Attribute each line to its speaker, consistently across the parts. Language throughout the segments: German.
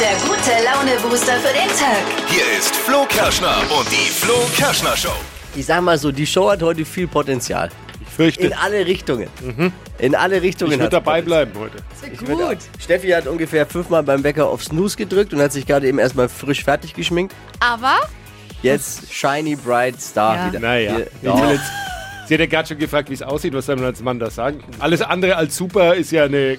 Speaker 1: der gute Laune-Booster für den Tag.
Speaker 2: Hier ist Flo Kerschner und die Flo Kerschner Show.
Speaker 3: Ich sag mal so, die Show hat heute viel Potenzial.
Speaker 4: Ich fürchte,
Speaker 3: In alle Richtungen. In alle Richtungen.
Speaker 4: Mhm. ich würde
Speaker 3: hat's
Speaker 4: dabei bleiben heute.
Speaker 3: Potenzial. Ich würd- Steffi hat ungefähr fünfmal beim Bäcker auf Snooze gedrückt und hat sich gerade eben erstmal frisch fertig geschminkt.
Speaker 5: Aber
Speaker 3: Jetzt shiny bright star
Speaker 5: Ja.
Speaker 3: wieder.
Speaker 4: Naja,
Speaker 3: Hier-
Speaker 4: ich will
Speaker 3: Ja.
Speaker 4: jetzt, sie hat ja gerade schon gefragt, wie es aussieht. Was soll man als Mann das sagen? Alles andere als super ist ja eine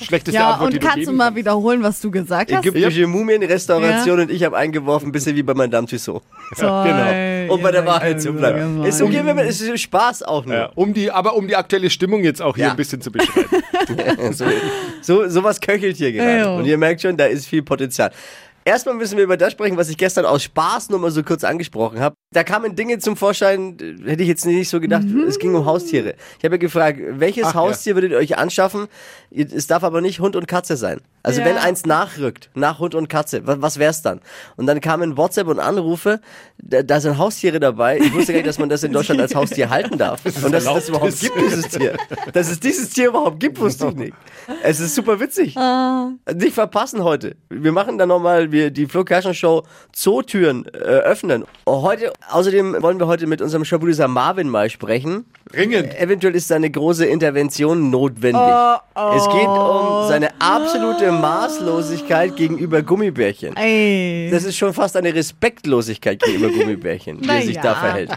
Speaker 4: schlechteste
Speaker 5: ja,
Speaker 4: Antwort, die
Speaker 5: und
Speaker 4: du
Speaker 5: kannst du
Speaker 4: geben
Speaker 5: mal wiederholen, was du
Speaker 3: Äh,
Speaker 5: gesagt hast?
Speaker 3: Ägyptische Mumienrestauration und ich habe eingeworfen, bisschen wie bei Madame Tussaud.
Speaker 5: genau.
Speaker 3: Um bei der Wahrheit zu bleiben. Ist okay, wenn man, es ist Spaß auch nur.
Speaker 4: Ja, um die, aber um die aktuelle Stimmung jetzt auch hier
Speaker 3: Ja.
Speaker 4: ein bisschen zu beschreiben.
Speaker 3: So, so, sowas köchelt hier gerade.
Speaker 5: Ja.
Speaker 3: Und ihr merkt schon, da ist viel Potenzial. Erstmal müssen wir über das sprechen, was ich gestern aus Spaß nur mal so kurz angesprochen habe. Da kamen Dinge zum Vorschein, äh, hätte ich jetzt nicht so gedacht.
Speaker 5: Mhm.
Speaker 3: Es ging um Haustiere. Ich habe ja gefragt, welches
Speaker 4: Ach, ja.
Speaker 3: Haustier würdet ihr euch anschaffen? Ihr- Es darf aber nicht Hund und Katze sein. Also
Speaker 5: Ja.
Speaker 3: wenn eins nachrückt, nach Hund und Katze, was, was wär's dann? Und dann kamen WhatsApp und Anrufe, da, da sind Haustiere dabei. Ich wusste gar nicht, dass man das in Deutschland als Haustier halten darf. Und dass es das
Speaker 4: erlaubt
Speaker 3: überhaupt
Speaker 4: ist.
Speaker 3: gibt, dieses Tier. Dass es dieses Tier überhaupt gibt, wusste ich nicht. Es ist super witzig. Nicht verpassen heute. Wir machen dann nochmal die Flo Kerschner Show Zootüren äh, öffnen. Heute, außerdem wollen wir heute mit unserem Schabuliser Marvin mal sprechen.
Speaker 4: Dringend.
Speaker 3: Eventuell ist da eine große Intervention notwendig.
Speaker 5: Oh,
Speaker 3: Es geht um seine absolute Maßlosigkeit gegenüber Gummibärchen.
Speaker 5: Ey.
Speaker 3: Das ist schon fast eine Respektlosigkeit gegenüber Gummibärchen, die er sich da
Speaker 5: Naja.
Speaker 3: verhält.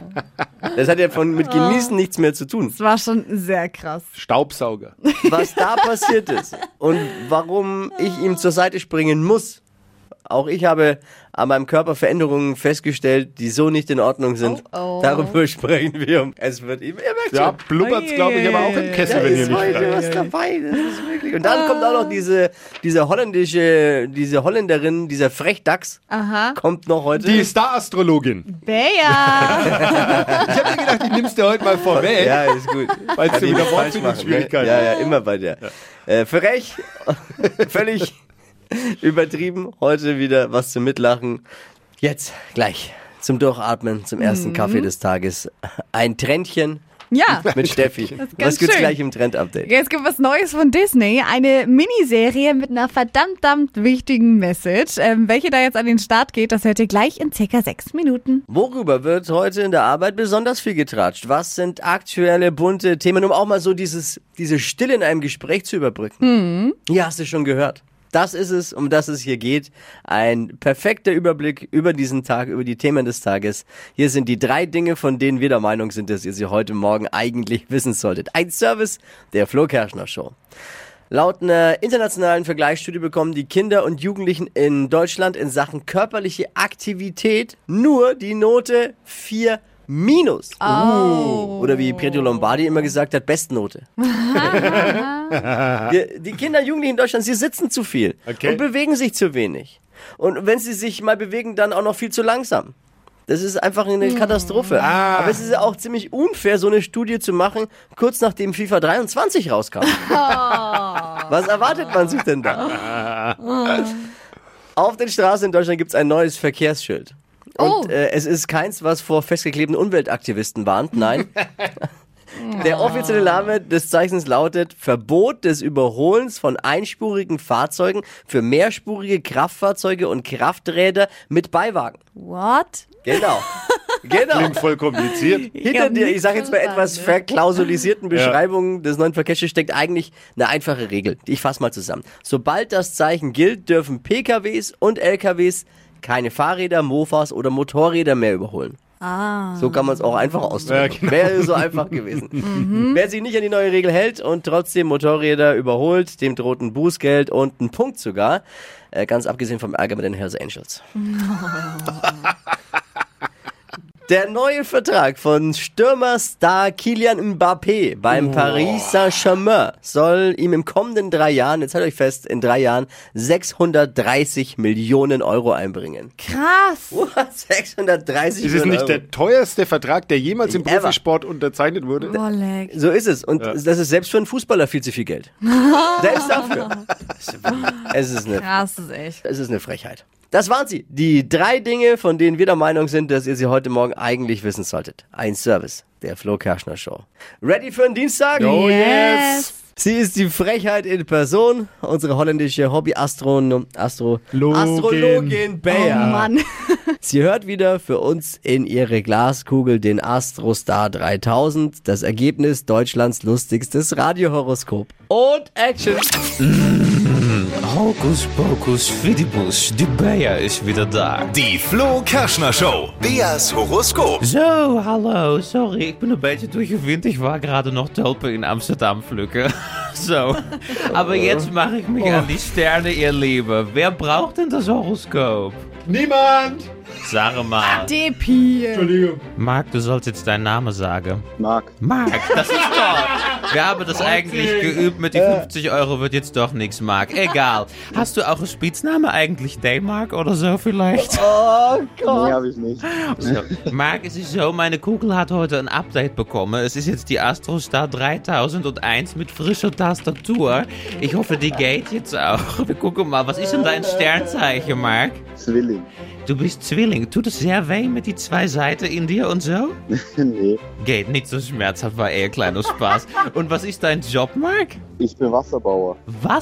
Speaker 3: Das hat ja von, mit Genießen nichts mehr zu tun.
Speaker 5: Das war schon sehr krass.
Speaker 4: Staubsauger.
Speaker 3: was da passiert ist und warum ich ihm zur Seite springen muss. Auch ich habe an meinem Körper Veränderungen festgestellt, die so nicht in Ordnung sind.
Speaker 5: Oh, oh.
Speaker 3: Darüber sprechen wir. Es wird ihm, er merkt
Speaker 4: Ja,
Speaker 3: schon.
Speaker 4: blubbert's, glaube ich, aber auch im
Speaker 3: Da
Speaker 4: Kessel, wenn ihr
Speaker 3: ist
Speaker 4: mich
Speaker 3: heute
Speaker 4: fragt.
Speaker 3: was dabei. Das ist wirklich. Und dann kommt auch noch diese, diese holländische, diese Holländerin, dieser Frechdachs,
Speaker 5: Aha.
Speaker 3: kommt noch heute.
Speaker 4: Die Star-Astrologin.
Speaker 5: Bea.
Speaker 4: Ich habe mir gedacht, ich nimm's dir heute mal vorweg,
Speaker 3: ja, ist gut.
Speaker 4: weil es
Speaker 3: Kann nichts falsch machen,
Speaker 4: wieder
Speaker 3: ne?
Speaker 4: Wortfindungsschwierigkeiten
Speaker 3: Ja, ja, immer bei der. Äh, frech, völlig übertrieben. Heute wieder was zum Mitlachen. Jetzt gleich zum Durchatmen, zum ersten Kaffee des Tages. Ein Trendchen
Speaker 5: Mhm. ja.
Speaker 3: mit Steffi.
Speaker 5: ganz
Speaker 3: Was gibt's
Speaker 5: schön.
Speaker 3: gleich im Trend-Update?
Speaker 5: Jetzt gibt es Neues von Disney. Eine Miniserie mit einer verdammt, verdammt wichtigen Message. Ähm, welche da jetzt an den Start geht, das hört ihr gleich in circa sechs Minuten.
Speaker 3: Worüber wird heute in der Arbeit besonders viel getratscht? Was sind aktuelle bunte Themen, um auch mal so dieses, diese Stille in einem Gespräch zu überbrücken? Ja, hast du schon gehört. Das ist es, um das es hier geht. Ein perfekter Überblick über diesen Tag, über die Themen des Tages. Hier sind die drei Dinge, von denen wir der Meinung sind, dass ihr sie heute Morgen eigentlich wissen solltet. Ein Service der Flo Kerschner Show. Laut einer internationalen Vergleichsstudie bekommen die Kinder und Jugendlichen in Deutschland in Sachen körperliche Aktivität nur die Note 4 minus.
Speaker 4: Oh.
Speaker 3: Oh. Oder wie Pietro Lombardi immer gesagt hat, Bestnote. Wir, die Kinder und Jugendlichen in Deutschland, sie sitzen zu viel
Speaker 4: Okay.
Speaker 3: und bewegen sich zu wenig. Und wenn sie sich mal bewegen, dann auch noch viel zu langsam. Das ist einfach eine Katastrophe.
Speaker 4: Ah.
Speaker 3: Aber es ist ja auch ziemlich unfair, so eine Studie zu machen, kurz nachdem FIFA 23 rauskam. Was erwartet man sich denn da? Auf den Straßen in Deutschland gibt es ein neues Verkehrsschild. Und
Speaker 5: Oh.
Speaker 3: äh, es ist keins, was vor festgeklebten Umweltaktivisten warnt. Nein. Der offizielle Name des Zeichens lautet Verbot des Überholens von einspurigen Fahrzeugen für mehrspurige Kraftfahrzeuge und Krafträder mit Beiwagen.
Speaker 5: What?
Speaker 3: Genau. genau.
Speaker 4: Klingt voll kompliziert.
Speaker 3: Hinter
Speaker 5: Ja,
Speaker 3: dir, ich sage jetzt bei etwas verklausulisierten Beschreibungen des neuen Verkehrsschiffs steckt eigentlich eine einfache Regel. Ich fasse mal zusammen. Sobald das Zeichen gilt, dürfen PKWs und LKWs keine Fahrräder, Mofas oder Motorräder mehr überholen. Ah. So kann man es auch einfach ausdrücken.
Speaker 4: Ja, genau.
Speaker 3: Wäre so einfach gewesen. Wer sich nicht an die neue Regel hält und trotzdem Motorräder überholt, dem droht ein Bußgeld und ein Punkt sogar. Äh, ganz abgesehen vom Ärger mit den Hells Angels. Der neue Vertrag von Stürmerstar Kilian Mbappé beim Paris Saint-Germain soll ihm im kommenden drei Jahren, jetzt haltet euch fest, in drei Jahren 630 Millionen Euro einbringen.
Speaker 5: Krass.
Speaker 3: What? 630
Speaker 4: Ist es
Speaker 3: Millionen
Speaker 4: nicht
Speaker 3: Euro.
Speaker 4: der teuerste Vertrag, der jemals im
Speaker 3: Ever.
Speaker 4: Profisport unterzeichnet wurde?
Speaker 5: Oleg.
Speaker 3: So ist es. Und das ist selbst für einen Fußballer viel zu viel Geld. selbst dafür. Es ist eine,
Speaker 5: Krass ist echt.
Speaker 3: es ist eine Frechheit. Das waren sie. Die drei Dinge, von denen wir der Meinung sind, dass ihr sie heute Morgen eigentlich wissen solltet. Ein Service der Flo Kerschner Show. Ready für einen Dienstag?
Speaker 4: Oh yes.
Speaker 3: Sie ist die Frechheit in Person, unsere holländische Hobby-Astronom, Astro,
Speaker 4: Login.
Speaker 3: Astrologin Bea.
Speaker 5: Oh Mann.
Speaker 3: Sie hört wieder für uns in ihre Glaskugel den Astrostar 3000, das Ergebnis Deutschlands lustigstes Radiohoroskop. Und Action!
Speaker 6: Hokus pokus fidibus, die Bea is wieder daar.
Speaker 2: Die Flo Kerschner Show. Beas Horoskop.
Speaker 6: Zo, hallo, sorry, ik ben een beetje durchgewindig. Ik war gerade noch Tulpen in Amsterdam pflücken. Zo, aber jetzt mache ich mich an die Sterne, ihr Lieben. Wer braucht denn das Horoskop?
Speaker 4: Niemand!
Speaker 6: Sag mal.
Speaker 5: Depi.
Speaker 4: Entschuldigung.
Speaker 6: Marc, du sollst jetzt deinen Namen sagen.
Speaker 7: Marc.
Speaker 6: Marc, das ist doch. Wir haben das eigentlich geübt. Mit die 50 Euro wird jetzt doch nichts, Marc. Egal. Hast du auch einen Spitzname eigentlich? Daymark oder so vielleicht?
Speaker 7: Oh Nee, habe ich nicht.
Speaker 6: So, Marc, es ist so, meine Kugel hat heute ein Update bekommen. Es ist jetzt die Astrostar 3001 mit frischer Tastatur. Ich hoffe, die geht jetzt auch. Wir gucken mal, was ist denn dein Sternzeichen, Marc?
Speaker 7: Zwilling.
Speaker 6: Du bist Zwilling. Tut es sehr weh mit die zwei Seiten in dir und so?
Speaker 7: nee,
Speaker 6: Geht nicht so schmerzhaft, war eher kleiner Spaß. Und was ist dein Job, Marc?
Speaker 7: ich bin Wasserbauer.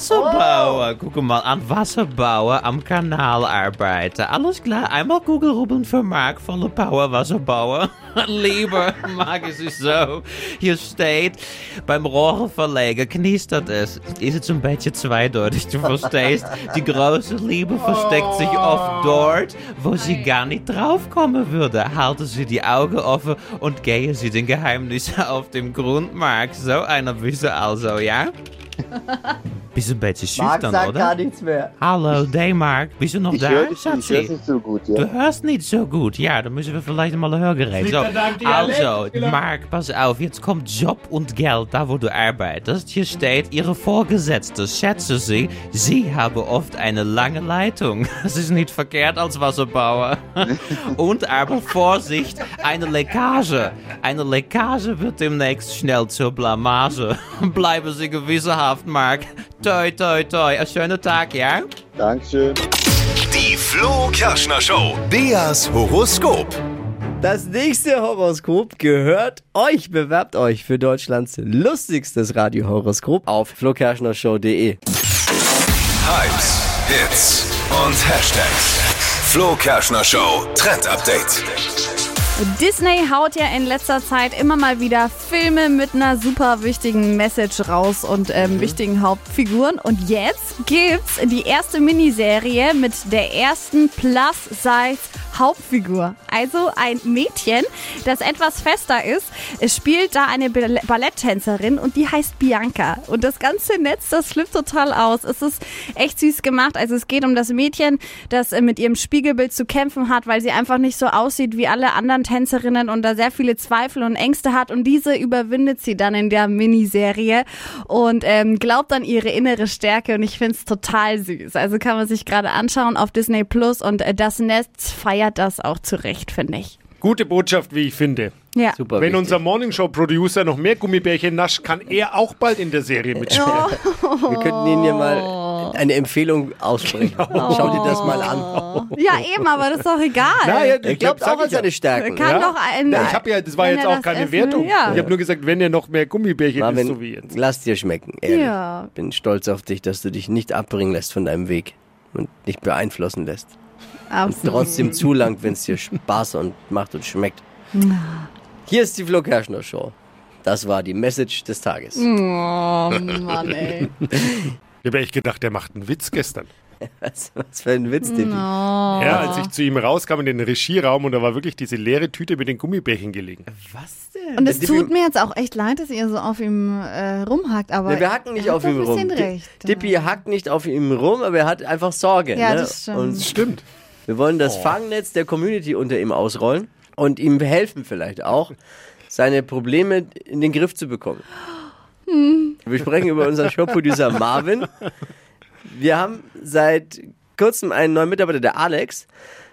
Speaker 6: Wasserbauer. Guck mal an, Wasserbauer am Kanal arbeiten. Alles klar, einmal Kugelrubbeln für Mark, volle Power, Wasserbauer. Lieber, Mark, es ist so. Hier steht, beim Rohrenverleger knistert es. Ist jetzt ein bisschen zweideutig, du verstehst. Die große Liebe versteckt sich oft dort, wo sie gar nicht draufkommen würde. Halten sie die Augen offen und gehen sie den Geheimnissen auf dem Grund, Mark. So einer bist du also, ja? Bist ein beetje
Speaker 3: Marc
Speaker 6: schüchtern,
Speaker 3: sagt gar
Speaker 6: oder?
Speaker 3: nichts mehr.
Speaker 6: Hallo, D-Mark. Bist du noch
Speaker 7: Ich höre
Speaker 6: daar,
Speaker 7: dich, ich hör's
Speaker 6: Schatzi?
Speaker 7: nicht so gut,
Speaker 6: Du
Speaker 7: ja.
Speaker 6: hörst nicht so gut. Ja, dann müssen wir vielleicht mal ein Hörgerät. So, also, Mark, pass auf. Jetzt kommt Job und Geld, da wo du arbeitest. Hier steht, ihre Vorgesetzte, schätze sie, sie habe oft eine lange Leitung. Das ist nicht verkehrt als Wasserbauer. und aber Vorsicht, eine Leckage. Eine Leckage wird demnächst schnell zur Blamage. Bleiben Sie gewissenhaft, Mark. Toi, toi, toi. Einen schönen Tag, ja?
Speaker 7: Dankeschön.
Speaker 2: Die Flo Kerschner Show. Beas Horoskop.
Speaker 3: Das nächste Horoskop gehört euch. Bewerbt euch für Deutschlands lustigstes Radiohoroskop auf flokerschnershow.de.
Speaker 2: Hypes, Hits und Hashtags. Flo Kerschner Show Trend Update.
Speaker 5: Disney haut ja in letzter Zeit immer mal wieder Filme mit einer super wichtigen Message raus und ähm, wichtigen Hauptfiguren. Und jetzt gibt's die erste Miniserie mit der ersten Plus-Size Hauptfigur. Also ein Mädchen, das etwas fester ist. Es spielt da eine Ball- Balletttänzerin und die heißt Bianca. Und das ganze Netz, das flippt total aus. Es ist echt süß gemacht. Also es geht um das Mädchen, das äh, mit ihrem Spiegelbild zu kämpfen hat, weil sie einfach nicht so aussieht wie alle anderen Tänzerinnen und da sehr viele Zweifel und Ängste hat. Und diese überwindet sie dann in der Miniserie und ähm, glaubt an ihre innere Stärke. Und ich finde es total süß. Also kann man sich gerade anschauen auf Disney Plus und äh, das Netz feiert das auch zurecht, finde ich.
Speaker 4: Gute Botschaft, wie ich finde.
Speaker 5: Ja.
Speaker 3: Super.
Speaker 4: Wenn
Speaker 3: wichtig.
Speaker 4: unser Morningshow-Producer noch mehr Gummibärchen nascht, kann er auch bald in der Serie mitspielen.
Speaker 3: Wir könnten Ihnen ja mal eine Empfehlung aussprechen.
Speaker 4: Genau.
Speaker 3: Schau dir das mal an.
Speaker 5: Ja, eben, aber das ist doch egal.
Speaker 3: Er glaubt auch an seine Stärken.
Speaker 5: Kann
Speaker 4: Ja.
Speaker 5: doch ein.
Speaker 4: Ich habe ja, das war
Speaker 5: wenn
Speaker 4: jetzt
Speaker 5: er
Speaker 4: auch
Speaker 5: das
Speaker 4: keine
Speaker 5: essen will,
Speaker 4: Wertung.
Speaker 5: Ja.
Speaker 4: Ich habe nur gesagt, wenn ihr noch mehr Gummibärchen isst,
Speaker 3: Marvin,
Speaker 4: so wie jetzt.
Speaker 3: lass dir schmecken. Ehrlich.
Speaker 5: Ja.
Speaker 3: Bin stolz auf dich, dass du dich nicht abbringen lässt von deinem Weg und nicht beeinflussen lässt.
Speaker 5: Absolut.
Speaker 3: Trotzdem zulangt, wenn es dir Spaß und macht und schmeckt. Hier ist die Flo Kerschner Show. Das war die Message des Tages.
Speaker 5: Oh Mann, ey.
Speaker 4: Ich habe echt gedacht, der macht einen Witz gestern.
Speaker 3: Was, was für ein Witz, Tippi.
Speaker 4: Ja, als ich zu ihm rauskam in den Regieraum und da war wirklich diese leere Tüte mit den Gummibärchen gelegen.
Speaker 6: Was denn?
Speaker 5: Und es tut mir jetzt auch echt leid, dass ihr so auf ihm äh, rumhackt, aber.
Speaker 3: Nee, wir hacken nicht
Speaker 5: er hat
Speaker 3: auf
Speaker 5: doch
Speaker 3: ihm
Speaker 5: ein
Speaker 3: rum.
Speaker 5: bisschen
Speaker 3: Di-
Speaker 5: Recht.
Speaker 3: Dippi hackt nicht auf ihm rum, aber er hat einfach Sorge.
Speaker 5: Ja,
Speaker 3: ne?
Speaker 5: das stimmt.
Speaker 3: Und
Speaker 4: Stimmt.
Speaker 3: wir wollen das Fangnetz der Community unter ihm ausrollen und ihm helfen vielleicht auch, seine Probleme in den Griff zu bekommen. Wir sprechen über unseren Showproducer Marvin. Wir haben seit kurzem einen neuen Mitarbeiter, der Alex,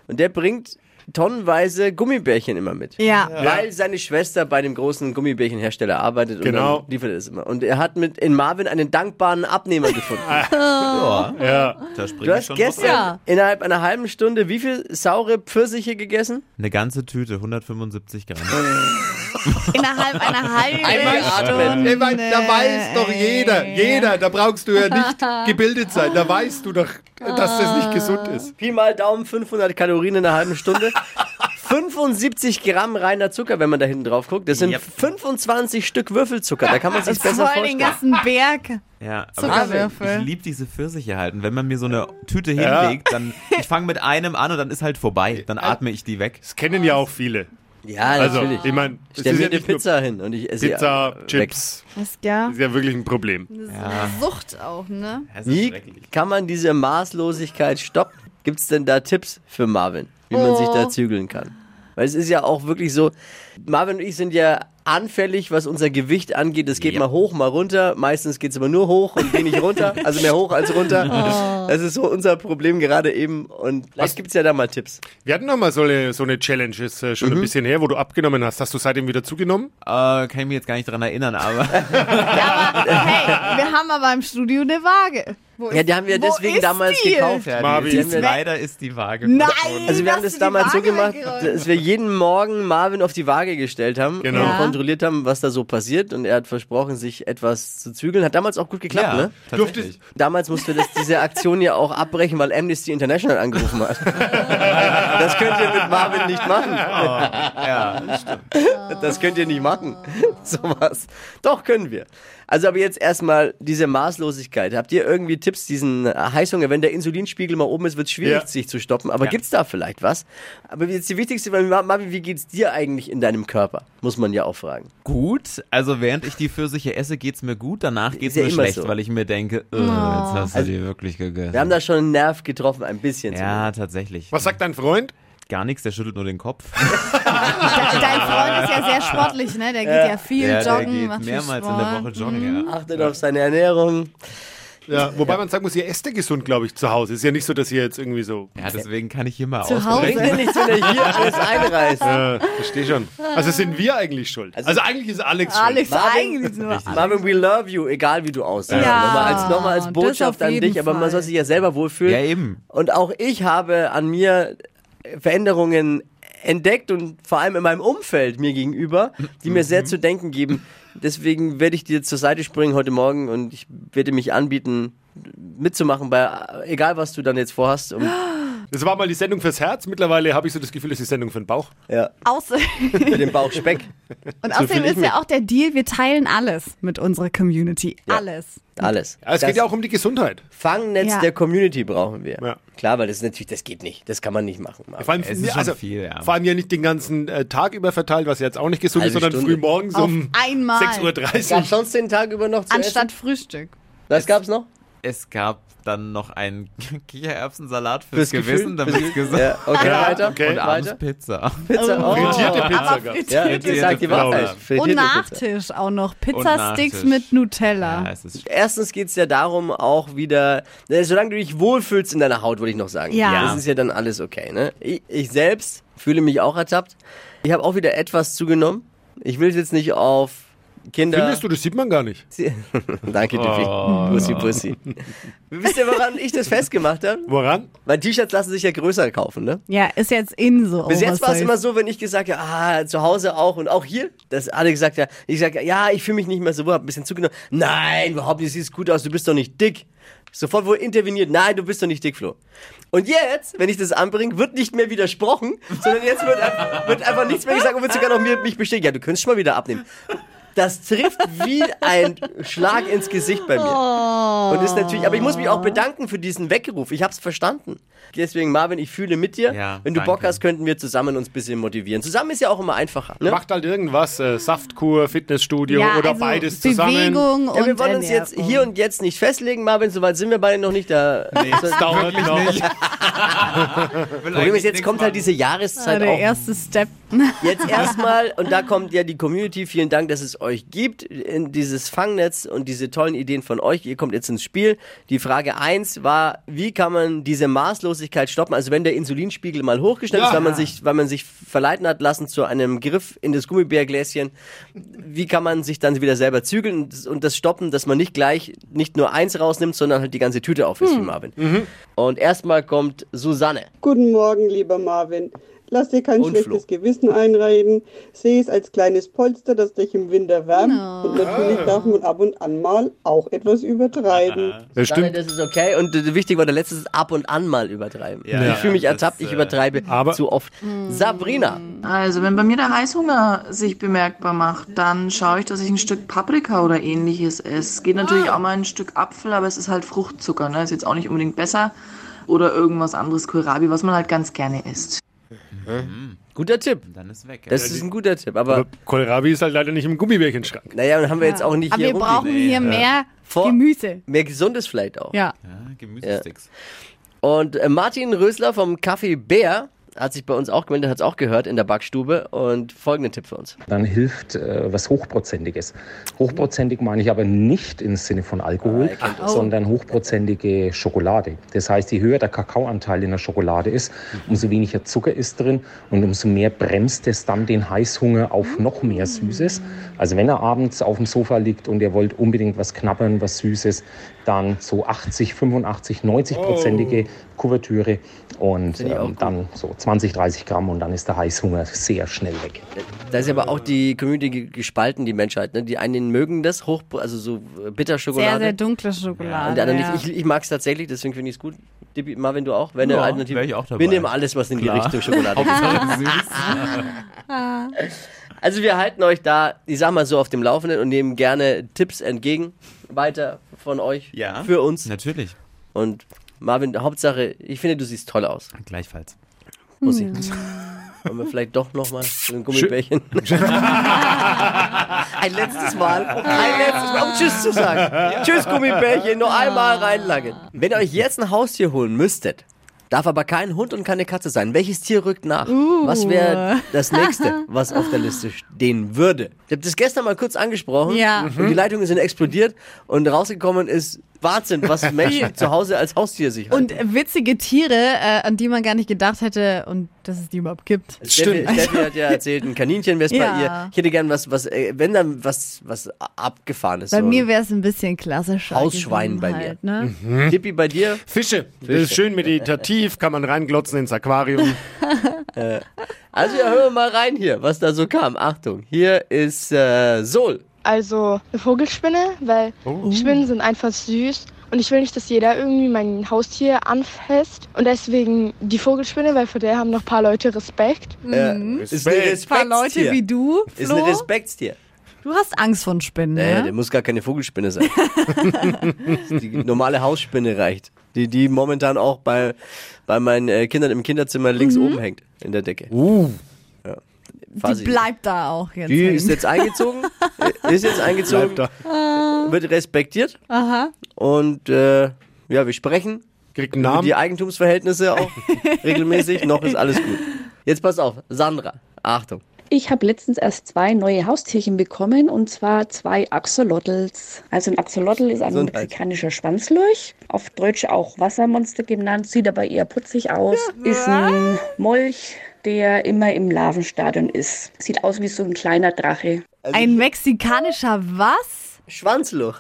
Speaker 3: und der bringt tonnenweise Gummibärchen immer mit.
Speaker 5: Ja.
Speaker 3: Weil seine Schwester bei dem großen Gummibärchenhersteller arbeitet
Speaker 4: Genau.
Speaker 3: und dann liefert er das immer. Und er hat mit in Marvin einen dankbaren Abnehmer gefunden.
Speaker 6: Ja,
Speaker 4: Ja.
Speaker 6: da springe
Speaker 3: Du
Speaker 6: ich
Speaker 3: hast
Speaker 6: schon
Speaker 3: gestern
Speaker 6: drauf ein.
Speaker 5: Ja.
Speaker 3: innerhalb einer halben Stunde wie viel saure Pfirsiche gegessen?
Speaker 6: Eine ganze Tüte, 175 Gramm.
Speaker 5: Innerhalb einer halben Stunde.
Speaker 4: Ich mein, da weiß doch jeder, jeder, da brauchst du ja nicht gebildet sein, da weißt du doch, dass das nicht gesund ist.
Speaker 3: Pi mal Daumen 500 Kalorien in einer halben Stunde. 75 Gramm reiner Zucker, wenn man da hinten drauf guckt. Das sind
Speaker 6: Yep.
Speaker 3: 25 Stück Würfelzucker. Da kann man sich besser
Speaker 5: Voll den
Speaker 3: vorstellen.
Speaker 5: ganzen Berg.
Speaker 6: Ja,
Speaker 5: Zuckerwürfel.
Speaker 6: ich liebe diese Pfirsiche halt. Und wenn man mir so eine Tüte
Speaker 4: Ja.
Speaker 6: hinlegt, dann ich fange mit einem an und dann ist halt vorbei. Dann atme ich die weg.
Speaker 4: Das kennen ja auch viele.
Speaker 3: Ja,
Speaker 4: Also,
Speaker 3: natürlich.
Speaker 4: ich meine,
Speaker 3: Ich
Speaker 4: es
Speaker 3: stelle
Speaker 4: ist
Speaker 3: mir
Speaker 4: ja
Speaker 3: eine
Speaker 4: nicht nur
Speaker 3: Pizza hin und ich esse
Speaker 4: Pizza,
Speaker 3: ja
Speaker 4: Chips,
Speaker 5: Ist ja
Speaker 4: ist ja wirklich ein Problem.
Speaker 6: Ja.
Speaker 5: Sucht auch, ne?
Speaker 6: Das ist
Speaker 3: Wie
Speaker 6: schrecklich.
Speaker 3: kann man diese Maßlosigkeit stoppen? Gibt es denn da Tipps für Marvin, wie man sich da zügeln kann? Weil es ist ja auch wirklich so, Marvin und ich sind ja anfällig, was unser Gewicht angeht. Es geht
Speaker 6: Ja.
Speaker 3: mal hoch, mal runter. Meistens geht es immer nur hoch und wenig runter. Also mehr hoch als runter. Das ist so unser Problem gerade eben. Und vielleicht gibt es ja da mal Tipps.
Speaker 4: Wir hatten noch mal so eine, so eine Challenge, ist äh, schon ein bisschen her, wo du abgenommen hast. Hast du seitdem wieder zugenommen?
Speaker 6: Äh, kann ich mich jetzt gar nicht dran erinnern, aber
Speaker 5: Hey, wir haben aber im Studio eine Waage. Wo
Speaker 3: Ja, die haben wir
Speaker 5: wo
Speaker 3: deswegen
Speaker 5: ist
Speaker 3: damals
Speaker 5: die?
Speaker 3: gekauft.
Speaker 6: ja,
Speaker 4: Marvin.
Speaker 6: die,
Speaker 3: Jetzt
Speaker 6: die,
Speaker 3: weg.
Speaker 6: leider ist die Waage.
Speaker 5: Nein!
Speaker 3: Also wir haben das
Speaker 5: dass du die
Speaker 3: damals so
Speaker 5: Waage
Speaker 3: gemacht,
Speaker 5: weggeräumt
Speaker 3: dass wir jeden Morgen Marvin auf die Waage gestellt haben
Speaker 4: Genau.
Speaker 3: und
Speaker 5: Ja.
Speaker 3: kontrolliert haben, was da so passiert. Und er hat versprochen, sich etwas zu zügeln. Hat damals auch gut geklappt,
Speaker 6: Ja,
Speaker 3: ne?
Speaker 6: tatsächlich.
Speaker 3: Damals musste das, diese Aktion ja auch abbrechen, weil Amnesty International angerufen hat. das könnt ihr mit Marvin nicht machen.
Speaker 6: Ja,
Speaker 3: Das könnt ihr nicht machen. Sowas. Doch, können wir. Also aber jetzt erstmal diese Maßlosigkeit. Habt ihr irgendwie Tipps, diesen Heißhunger, wenn der Insulinspiegel mal oben ist, wird es schwierig,
Speaker 4: Ja.
Speaker 3: sich zu stoppen. Aber
Speaker 6: Ja.
Speaker 3: gibt's da vielleicht was? Aber jetzt die wichtigste Frage, Ma- Marvin, wie geht's dir eigentlich in deinem Körper? Muss man ja auch fragen.
Speaker 6: gut. Also während ich die Pfirsiche esse, geht's mir gut. Danach geht's
Speaker 3: ja
Speaker 6: mir
Speaker 3: immer
Speaker 6: schlecht,
Speaker 3: so.
Speaker 6: weil ich mir denke, äh, jetzt hast du die wirklich gegessen.
Speaker 3: Wir haben da schon einen Nerv getroffen, ein bisschen.
Speaker 6: ja, tatsächlich.
Speaker 4: Was sagt dein Freund?
Speaker 6: Gar nichts, der schüttelt nur den Kopf.
Speaker 5: De dein Freund ist ja sehr sportlich, ne? Der geht ja, viel
Speaker 6: Ja, der
Speaker 5: joggen,
Speaker 6: geht
Speaker 5: macht viel
Speaker 6: mehrmals in
Speaker 5: Sport.
Speaker 6: der Woche joggen. Ja.
Speaker 3: Achtet auf seine Ernährung.
Speaker 4: Ja, wobei man sagen muss, ihr esst ja gesund, glaube ich, zu Hause. Ist ja nicht so, dass ihr jetzt irgendwie so.
Speaker 6: ja, deswegen kann ich hier mal
Speaker 5: Zu
Speaker 6: ausbrechen.
Speaker 3: Bringt dir nichts, wenn er hier alles einreißt.
Speaker 4: Äh, verstehe schon. Also sind wir eigentlich schuld. Also, eigentlich ist Alex,
Speaker 5: Alex
Speaker 3: Marvin-
Speaker 5: eigentlich nur.
Speaker 3: Marvin, we love you, egal wie du aussiehst.
Speaker 5: Ja.
Speaker 3: Nochmal als, nochmal als
Speaker 5: Das
Speaker 3: Botschaft
Speaker 5: auf
Speaker 3: an
Speaker 5: jeden
Speaker 3: dich, aber man
Speaker 5: Fall.
Speaker 3: soll sich ja selber wohlfühlen.
Speaker 6: Ja, eben.
Speaker 3: Und auch ich habe an mir Veränderungen entdeckt und vor allem in meinem Umfeld mir gegenüber, die mir
Speaker 4: Mhm.
Speaker 3: sehr zu denken geben. Deswegen werde ich dir zur Seite springen heute Morgen und ich werde mich anbieten, mitzumachen bei egal was du dann jetzt vorhast. Um,
Speaker 4: schuld. Das war mal die Sendung fürs Herz. Mittlerweile habe ich so das Gefühl, das ist die Sendung für den Bauch.
Speaker 3: ja,
Speaker 5: Außer
Speaker 3: für den Bauchspeck. So
Speaker 5: Und außerdem
Speaker 3: fühl ich
Speaker 5: ist ja auch der Deal, wir teilen alles mit unserer Community. Alles.
Speaker 3: Alles.
Speaker 4: Ja, es
Speaker 3: Das
Speaker 4: geht ja auch um die Gesundheit.
Speaker 3: Fangnetz
Speaker 5: Ja.
Speaker 3: der Community brauchen wir.
Speaker 4: Ja.
Speaker 3: Klar, weil das ist natürlich, das geht nicht. Das kann man nicht machen. Marvin.
Speaker 4: Vor allem, also
Speaker 6: Es ist schon viel, ja.
Speaker 4: vor allem ja nicht den ganzen äh, Tag über verteilt, was ja jetzt auch nicht gesund ist,
Speaker 3: Halbe
Speaker 4: sondern
Speaker 3: Stunde.
Speaker 4: früh morgens
Speaker 5: Auf
Speaker 4: um
Speaker 5: einmal.
Speaker 4: 6.30
Speaker 3: Gab
Speaker 4: Uhr.
Speaker 3: sonst den Tag über noch zu
Speaker 5: Anstatt Frühstück.
Speaker 3: essen? Was gab's noch?
Speaker 6: Es gab dann noch einen Kichererbsensalat fürs,
Speaker 3: Fürs
Speaker 6: Gewissen,
Speaker 3: Gefühl?
Speaker 6: damit es gesund
Speaker 3: Ja, okay, weiter.
Speaker 4: okay.
Speaker 6: Und
Speaker 3: Und
Speaker 6: abends
Speaker 3: weiter.
Speaker 6: Pizza.
Speaker 3: Pizza. Oh.
Speaker 4: Frittierte Pizza
Speaker 5: Oh. Aber
Speaker 4: gab's.
Speaker 5: frittiert-
Speaker 3: Ja,
Speaker 6: Frittierte
Speaker 3: das sagt die
Speaker 4: Pizza.
Speaker 3: Wahrheit.
Speaker 5: Und
Speaker 3: Frittierte Pizza.
Speaker 5: Nachtisch auch noch. Pizzasticks
Speaker 6: Nachtisch.
Speaker 5: mit
Speaker 6: Ja,
Speaker 5: Nutella.
Speaker 6: es ist
Speaker 3: Erstens geht's ja darum, auch wieder, äh, solange du dich wohlfühlst in deiner Haut, würde ich noch sagen.
Speaker 5: Ja.
Speaker 3: Das ist ja dann alles okay, ne? Ich, ich selbst fühle mich auch ertappt. Ich habe auch wieder etwas zugenommen. Ich will jetzt nicht auf Kinder.
Speaker 4: Findest du, das sieht man gar nicht.
Speaker 3: Danke, Dippy. Pussy, Pussy. Wisst ihr, woran ich das festgemacht habe?
Speaker 4: Woran?
Speaker 3: Weil T-Shirts lassen sich ja größer kaufen, ne?
Speaker 5: Ja, ist jetzt in so.
Speaker 3: Bis jetzt war es
Speaker 5: Oversize.
Speaker 3: immer so, wenn ich gesagt habe, ah, zu Hause auch und auch hier, dass alle gesagt haben, ich sage, ja, ich fühle mich nicht mehr so wohl, hab ein bisschen zugenommen. Nein, überhaupt nicht, siehst gut aus, du bist doch nicht dick. Sofort wurde interveniert, nein, du bist doch nicht dick, Flo. Und jetzt, wenn ich das anbringe, wird nicht mehr widersprochen, sondern jetzt wird, ein- wird einfach nichts mehr gesagt und wird sogar noch mir, mich bestätigt. Ja, du könntest schon mal wieder abnehmen. Das trifft wie ein Schlag ins Gesicht bei mir. Und ist natürlich, aber ich muss mich auch bedanken für diesen Weckruf. Ich hab's verstanden. Deswegen, Marvin, ich fühle mit dir.
Speaker 6: Ja,
Speaker 3: Wenn du Bock
Speaker 6: danke.
Speaker 3: hast, könnten wir zusammen uns ein bisschen motivieren. Zusammen ist ja auch immer einfacher. Ne?
Speaker 4: Macht halt irgendwas, äh, Saftkur, Fitnessstudio
Speaker 5: ja,
Speaker 4: oder
Speaker 5: also
Speaker 4: beides zusammen.
Speaker 5: Bewegung
Speaker 3: Ja,
Speaker 5: und
Speaker 3: wir wollen uns jetzt
Speaker 5: Ernährung.
Speaker 3: hier und jetzt nicht festlegen, Marvin, soweit sind wir beide noch nicht da. das
Speaker 4: Dauert noch.
Speaker 3: Problem ist, jetzt kommt halt diese Jahreszeit
Speaker 5: der
Speaker 3: auch.
Speaker 5: erste Step.
Speaker 3: Jetzt erstmal, und da kommt ja die Community, vielen Dank, das ist euch gibt, in dieses Fangnetz und diese tollen Ideen von euch. Ihr kommt jetzt ins Spiel. Die Frage 1 war, wie kann man diese Maßlosigkeit stoppen? Also wenn der Insulinspiegel mal hochgeschnellt ist, weil man sich, weil man sich verleiten hat lassen zu einem Griff in das Gummibärgläschen, wie kann man sich dann wieder selber zügeln und- und das stoppen, dass man nicht gleich nicht nur eins rausnimmt, sondern halt die ganze Tüte aufisst, wie Marvin. Und erstmal kommt Susanne.
Speaker 8: Guten Morgen, lieber Marvin. Lass dir kein
Speaker 3: Und
Speaker 8: schlechtes
Speaker 3: Flo.
Speaker 8: Gewissen einreden. Sehe es als kleines Polster, das dich im Winter wärmt. Und natürlich darf man ab und an mal auch etwas übertreiben.
Speaker 4: Das
Speaker 3: Susanne,
Speaker 4: stimmt.
Speaker 3: das ist okay. Und äh, wichtig war der letzte ist ab und an mal übertreiben.
Speaker 6: Ja,
Speaker 3: ich
Speaker 6: ja,
Speaker 3: fühle mich
Speaker 6: das,
Speaker 3: ertappt, ich
Speaker 6: äh,
Speaker 3: übertreibe
Speaker 4: aber-
Speaker 3: zu oft. Sabrina.
Speaker 9: Also, wenn bei mir der Heißhunger sich bemerkbar macht, dann schaue ich, dass ich ein Stück Paprika oder ähnliches esse. Geht natürlich
Speaker 1: Ah.
Speaker 9: auch mal ein Stück Apfel, aber es ist halt Fruchtzucker, ne? Ist jetzt auch nicht unbedingt besser. Oder irgendwas anderes, Kohlrabi, was man halt ganz gerne isst.
Speaker 3: Guter Tipp.
Speaker 6: Dann ist weg.
Speaker 3: Das ist ein guter Tipp. Aber,
Speaker 4: Aber Kohlrabi ist halt leider nicht im Gummibärchenschrank.
Speaker 3: naja, dann haben wir jetzt auch nicht
Speaker 5: Aber
Speaker 3: hier
Speaker 5: wir brauchen
Speaker 3: rumliegen.
Speaker 5: hier mehr
Speaker 3: Vor-
Speaker 5: Gemüse.
Speaker 3: Mehr gesundes vielleicht auch.
Speaker 5: Ja.
Speaker 6: ja, Gemüsesticks.
Speaker 3: Und äh, Martin Rösler vom Café Bär hat sich bei uns auch gemeldet, hat es auch gehört in der Backstube und folgenden Tipp für uns.
Speaker 10: dann hilft äh, was Hochprozentiges. Hochprozentig meine ich aber nicht im Sinne von Alkohol, sondern hochprozentige Schokolade. Das heißt, je höher der Kakaoanteil in der Schokolade ist, umso weniger Zucker ist drin und umso mehr bremst es dann den Heißhunger auf noch mehr Süßes. Also wenn er abends auf dem Sofa liegt und ihr wollt unbedingt was knabbern, was Süßes, dann so 80, 85, 90 prozentige Kuvertüre und
Speaker 3: Oh. Finde ich auch
Speaker 10: ähm,
Speaker 3: gut.
Speaker 10: dann so 20, 30 Gramm und dann ist der Heißhunger sehr schnell weg.
Speaker 3: Da ist aber auch die Community ge- gespalten, die Menschheit. Ne? Die einen mögen das, hoch, also so äh, Bitterschokolade.
Speaker 5: Sehr, sehr dunkle Schokolade.
Speaker 3: Und der andere
Speaker 5: ja.
Speaker 3: nicht. Ich, ich mag es tatsächlich, deswegen finde ich es gut. Dibi, Marvin, du auch? Wenn
Speaker 6: Ja,
Speaker 3: eine Alternative.
Speaker 6: wär ich auch dabei.
Speaker 3: Wir nehmen alles, was in die
Speaker 6: Klar.
Speaker 3: Richtung Schokolade geht.
Speaker 6: Hauptsache süß.
Speaker 3: Also wir halten euch da, ich sag mal so, auf dem Laufenden und nehmen gerne Tipps entgegen. Weiter von euch.
Speaker 6: Ja.
Speaker 3: Für uns.
Speaker 6: Natürlich.
Speaker 3: Und Marvin, Hauptsache, ich finde, du siehst toll aus.
Speaker 6: Gleichfalls.
Speaker 3: Muss ich. Wollen wir vielleicht doch nochmal ein Gummibärchen? ein letztes Mal. Ein letztes Mal, um Tschüss zu sagen. Tschüss, Gummibärchen. Nur einmal reinlangen. Wenn ihr euch jetzt ein Haustier holen müsstet, darf aber kein Hund und keine Katze sein. Welches Tier rückt nach?
Speaker 5: Uh.
Speaker 3: Was wäre das nächste, was auf der Liste stehen würde? Ich habe das gestern mal kurz angesprochen.
Speaker 5: Ja.
Speaker 3: Und die Leitungen sind explodiert. Und rausgekommen ist Wahnsinn, was Menschen zu Hause als Haustier sich halten.
Speaker 5: Und witzige Tiere, äh, an die man gar nicht gedacht hätte und dass es die überhaupt gibt.
Speaker 3: Steffi,
Speaker 5: Also-
Speaker 3: Steffi hat ja erzählt, ein Kaninchen wäre es bei
Speaker 5: Ja.
Speaker 3: ihr. Ich hätte gern was, was, äh, wenn dann was, was abgefahren ist.
Speaker 5: Bei
Speaker 3: so
Speaker 5: mir wäre es ein bisschen klassischer.
Speaker 3: Hausschwein
Speaker 5: gewesen
Speaker 3: bei mir. Mhm.
Speaker 5: halt, Ne?
Speaker 3: ein Tippi bei dir.
Speaker 4: Fische. Das ist schön meditativ, kann man reinglotzen ins Aquarium.
Speaker 3: Also ja, hören wir mal rein hier, was da so kam. Achtung, hier ist äh, Sol.
Speaker 11: Also eine Vogelspinne, weil Spinnen sind einfach süß und ich will nicht, dass jeder irgendwie mein Haustier anfasst. Und deswegen die Vogelspinne, weil vor der haben noch ein paar Leute Respekt.
Speaker 3: Äh, ist ein
Speaker 5: Ein paar
Speaker 3: Respektstier.
Speaker 5: Mhm. Leute wie du,
Speaker 3: ist ein
Speaker 5: Flo,
Speaker 3: Respektstier.
Speaker 5: du hast Angst von Spinnen,
Speaker 3: Naja,
Speaker 5: ne?
Speaker 3: der muss gar keine Vogelspinne sein. die normale Hausspinne reicht. Die, die momentan auch bei, bei meinen äh, Kindern im Kinderzimmer links oben hängt, in der Decke.
Speaker 4: Uh,
Speaker 5: Mhm. Die bleibt da auch jetzt.
Speaker 3: Die
Speaker 5: hängen.
Speaker 3: ist jetzt eingezogen, äh, ist jetzt eingezogen,
Speaker 4: bleibt da.
Speaker 3: wird respektiert. Aha. Und äh, ja, wir sprechen
Speaker 4: Kriegt einen
Speaker 3: über
Speaker 4: Namen.
Speaker 3: die Eigentumsverhältnisse auch regelmäßig. Noch ist alles gut. Jetzt pass auf, Sandra. Achtung.
Speaker 12: Ich habe letztens erst zwei neue Haustierchen bekommen und zwar zwei Axolotls. Also ein Axolotl ist ein
Speaker 3: Gesundheit.
Speaker 12: mexikanischer Schwanzlurch, auf Deutsch auch Wassermonster genannt, sieht aber eher putzig aus, ist ein Molch, der immer im Larvenstadion ist. Sieht aus wie so ein kleiner Drache.
Speaker 5: ein mexikanischer was?
Speaker 3: Also Schwanzloch.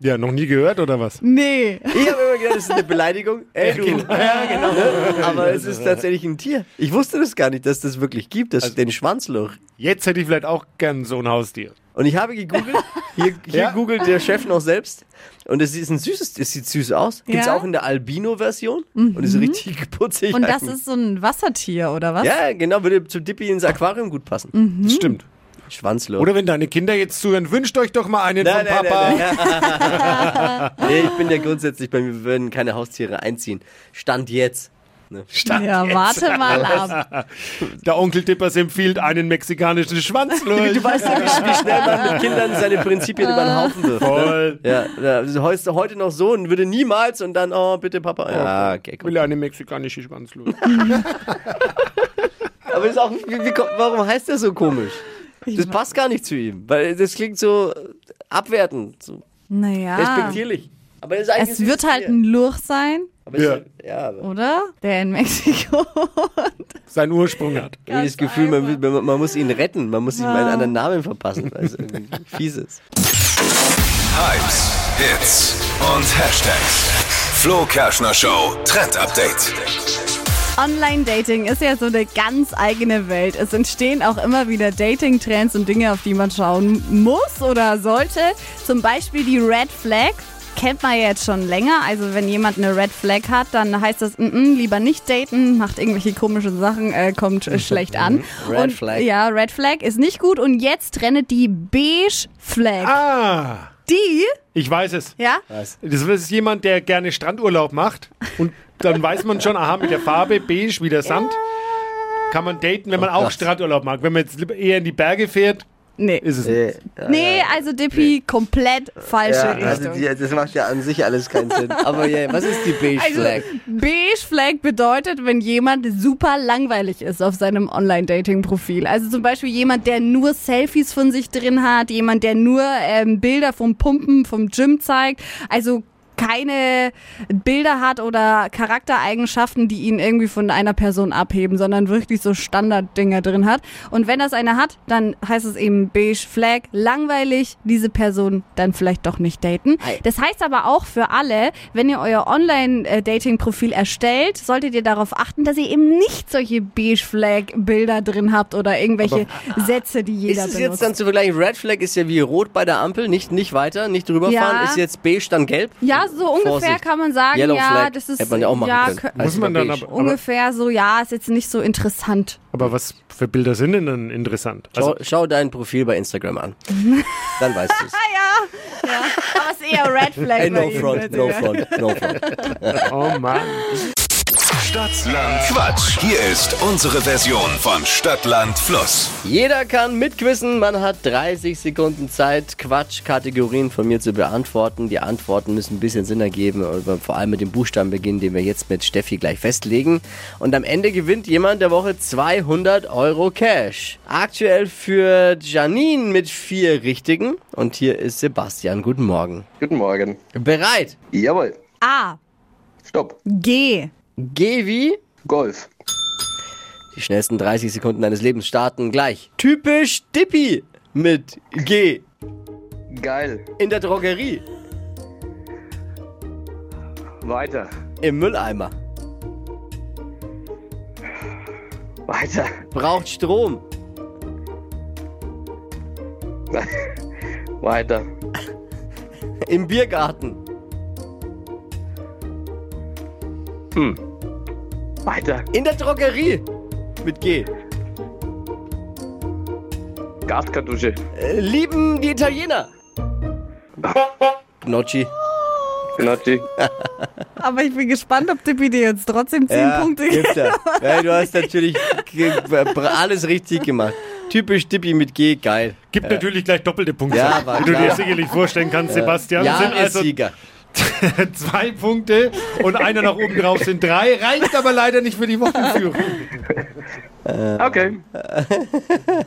Speaker 4: Ja, noch nie gehört oder was?
Speaker 5: Nee.
Speaker 3: Ich habe immer gedacht, das ist eine Beleidigung. Ey, du. Ja, genau. Aber es ist tatsächlich ein Tier. Ich wusste das gar nicht, dass das wirklich gibt, das, den Schwanzloch.
Speaker 4: Jetzt hätte ich vielleicht auch gern so ein Haustier.
Speaker 3: Und ich habe gegoogelt, hier, hier
Speaker 4: Ja.
Speaker 3: googelt der Chef noch selbst. Und es ist ein süßes, es sieht süß aus. Gibt's
Speaker 5: Ja.
Speaker 3: auch in der Albino-Version. Und ist richtig putzig.
Speaker 5: Und das
Speaker 3: eigentlich.
Speaker 5: ist so ein Wassertier, oder was?
Speaker 3: Ja, genau, würde zu Dippy ins Aquarium gut passen.
Speaker 4: Das stimmt.
Speaker 3: Schwanzloch.
Speaker 4: Oder wenn deine Kinder jetzt zuhören, wünscht euch doch mal einen von Papa.
Speaker 3: nee, ich bin ja grundsätzlich, bei mir würden keine Haustiere einziehen. Stand jetzt. Ne?
Speaker 5: Ja, warte mal ab.
Speaker 4: Der Onkel Dippers empfiehlt einen mexikanischen Schwanzlurch.
Speaker 3: Du weißt ja, wie, wie schnell man mit Kindern seine Prinzipien über den Haufen wirft. Ne?
Speaker 4: Voll.
Speaker 3: Ja, ja, also heust- heute noch so und würde niemals und dann, oh, bitte Papa. Ja, okay,
Speaker 4: Ich
Speaker 3: gut.
Speaker 4: will einen mexikanischen Schwanzlurch.
Speaker 3: Aber ist auch, wie, wie, kommt- warum heißt der so komisch? Das passt gar nicht zu ihm, weil das klingt so abwertend, so
Speaker 5: Naja.
Speaker 3: respektierlich. Aber das ist eigentlich
Speaker 5: Ah. Es wird halt ein Lurch sein,
Speaker 3: Aber ja. ja, aber
Speaker 5: oder? Der in Mexiko.
Speaker 3: seinen Ursprung hat. Irgendwie das Gefühl, man, will- man, man muss ihn retten, man muss ihm
Speaker 5: Ja.
Speaker 3: einen anderen Namen verpassen, weil es irgendwie fies ist.
Speaker 2: Hypes, Hits und Hashtags. Flo Kerschner Show Trend Update.
Speaker 5: Online-Dating ist ja so eine ganz eigene Welt. Es entstehen auch immer wieder Dating-Trends und Dinge, auf die man schauen muss oder sollte. Zum Beispiel die Red Flag. Kennt man ja jetzt schon länger. Also wenn jemand eine Red Flag hat, dann heißt das, mm -mm, lieber nicht daten, macht irgendwelche komischen Sachen, äh, kommt äh, schlecht an.
Speaker 3: Mhm. Red
Speaker 5: und,
Speaker 3: Flag.
Speaker 5: Ja, Red Flag ist nicht gut. Und jetzt trennt die Beige Flag.
Speaker 4: Ah,
Speaker 5: Die,
Speaker 4: ich weiß es.
Speaker 5: ja,
Speaker 3: Was?
Speaker 4: Das ist jemand, der gerne Strandurlaub macht. Und dann weiß man schon, aha, mit der Farbe beige wie der Sand kann man daten, wenn man
Speaker 3: Oh
Speaker 4: auch Strandurlaub mag. Wenn man jetzt lieber eher in die Berge fährt,
Speaker 5: nee.
Speaker 4: ist es
Speaker 3: Äh.
Speaker 4: nichts.
Speaker 5: nee, also Dippi, komplett falsche
Speaker 3: also
Speaker 5: Richtung.
Speaker 3: das macht ja an sich alles keinen Sinn. Aber ja, was ist die Beige
Speaker 5: Also,
Speaker 3: Flag?
Speaker 5: Beige Flag bedeutet, wenn jemand super langweilig ist auf seinem Online-Dating-Profil. Also zum Beispiel jemand, der nur Selfies von sich drin hat, jemand, der nur ähm, Bilder vom Pumpen, vom Gym zeigt. Also keine Bilder hat oder Charaktereigenschaften, die ihn irgendwie von einer Person abheben, sondern wirklich so Standarddinger drin hat. Und wenn das einer hat, dann heißt es eben beige Flag, langweilig, diese Person dann vielleicht doch nicht daten. Das heißt aber auch für alle, wenn ihr euer Online-Dating-Profil erstellt, solltet ihr darauf achten, dass ihr eben nicht solche beige Flag-Bilder drin habt oder irgendwelche Sätze, die jeder
Speaker 3: ah, ist es
Speaker 5: benutzt.
Speaker 3: jetzt dann zu vergleichen? Red Flag ist ja wie rot bei der Ampel, nicht, nicht weiter, nicht drüberfahren.
Speaker 5: Ja.
Speaker 3: Ist jetzt beige dann gelb?
Speaker 5: ja, so ungefähr
Speaker 3: Vorsicht.
Speaker 5: kann man sagen,
Speaker 3: Yellow
Speaker 5: ja,
Speaker 3: Flag.
Speaker 5: das ist
Speaker 3: Hätte man ja auch machen können. Also
Speaker 5: kö-
Speaker 3: Als
Speaker 4: Muss man dann
Speaker 3: beige.
Speaker 4: aber, aber,
Speaker 5: ungefähr so, ja, ist jetzt nicht so interessant.
Speaker 4: aber was für Bilder sind denn dann interessant? Also,
Speaker 3: Schau, schau dein Profil bei Instagram an. Dann weißt du es.
Speaker 5: Ja, ja. Aber es ist eher Red Flag.
Speaker 3: Hey,
Speaker 5: bei
Speaker 3: no
Speaker 5: ihm,
Speaker 3: front,
Speaker 5: bitte.
Speaker 3: no front, no front.
Speaker 4: oh Mann.
Speaker 2: Stadtland Quatsch. Hier ist unsere Version von Stadtland Fluss.
Speaker 3: Jeder kann mitquissen. Man hat 30 Sekunden Zeit, Quatschkategorien von mir zu beantworten. Die Antworten müssen ein bisschen Sinn ergeben, aber vor allem mit dem Buchstaben beginnen, den wir jetzt mit Steffi gleich festlegen. Und am Ende gewinnt jemand der Woche 200 Euro Cash. Aktuell für Janine mit vier Richtigen. Und hier ist Sebastian. Guten Morgen.
Speaker 13: Guten Morgen.
Speaker 3: Bereit?
Speaker 13: Jawohl.
Speaker 5: A.
Speaker 13: Stopp.
Speaker 5: G.
Speaker 3: G wie?
Speaker 13: Golf.
Speaker 3: Die schnellsten 30 Sekunden deines Lebens starten gleich. Typisch Dippi mit G.
Speaker 13: Geil.
Speaker 3: In der Drogerie.
Speaker 13: Weiter.
Speaker 3: Im Mülleimer.
Speaker 13: Weiter.
Speaker 3: Braucht Strom.
Speaker 13: Weiter.
Speaker 3: Im Biergarten.
Speaker 13: Hm. Weiter.
Speaker 3: In der Drogerie. Mit G.
Speaker 13: Gaskartusche.
Speaker 3: Äh, lieben die Italiener. Gnocchi.
Speaker 13: Gnocchi.
Speaker 5: Aber ich bin gespannt, ob Tippi dir jetzt trotzdem 10 Punkte
Speaker 3: gibt's
Speaker 5: gibt.
Speaker 3: ja. ja, du hast natürlich ge- alles richtig gemacht. Typisch Dippi mit G, geil.
Speaker 4: Gibt
Speaker 3: Ja.
Speaker 4: natürlich gleich doppelte Punkte.
Speaker 3: Äh. Ja, war
Speaker 4: wie du
Speaker 3: klar.
Speaker 4: dir sicherlich vorstellen kannst,
Speaker 3: Ja.
Speaker 4: Sebastian.
Speaker 3: Ja,
Speaker 4: sind
Speaker 3: ist
Speaker 4: also
Speaker 3: Sieger.
Speaker 4: zwei Punkte und einer nach oben drauf sind drei. Reicht aber leider nicht für die Wochenführung.
Speaker 13: Okay.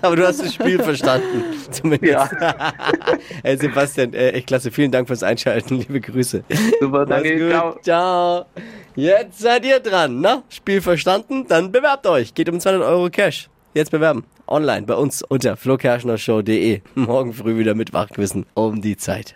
Speaker 3: Aber du hast das Spiel verstanden. Zumindest. Ja. hey Sebastian, äh, echt klasse. Vielen Dank fürs Einschalten. Liebe Grüße.
Speaker 13: Super, danke.
Speaker 3: Mach's gut.
Speaker 13: Ciao.
Speaker 3: Ciao. Jetzt seid ihr dran. Na, Spiel verstanden? Dann bewerbt euch. Geht um 200 Euro Cash. Jetzt bewerben. Online bei uns unter flokerschnershow.de. Morgen früh wieder mit Wachquissen um die Zeit.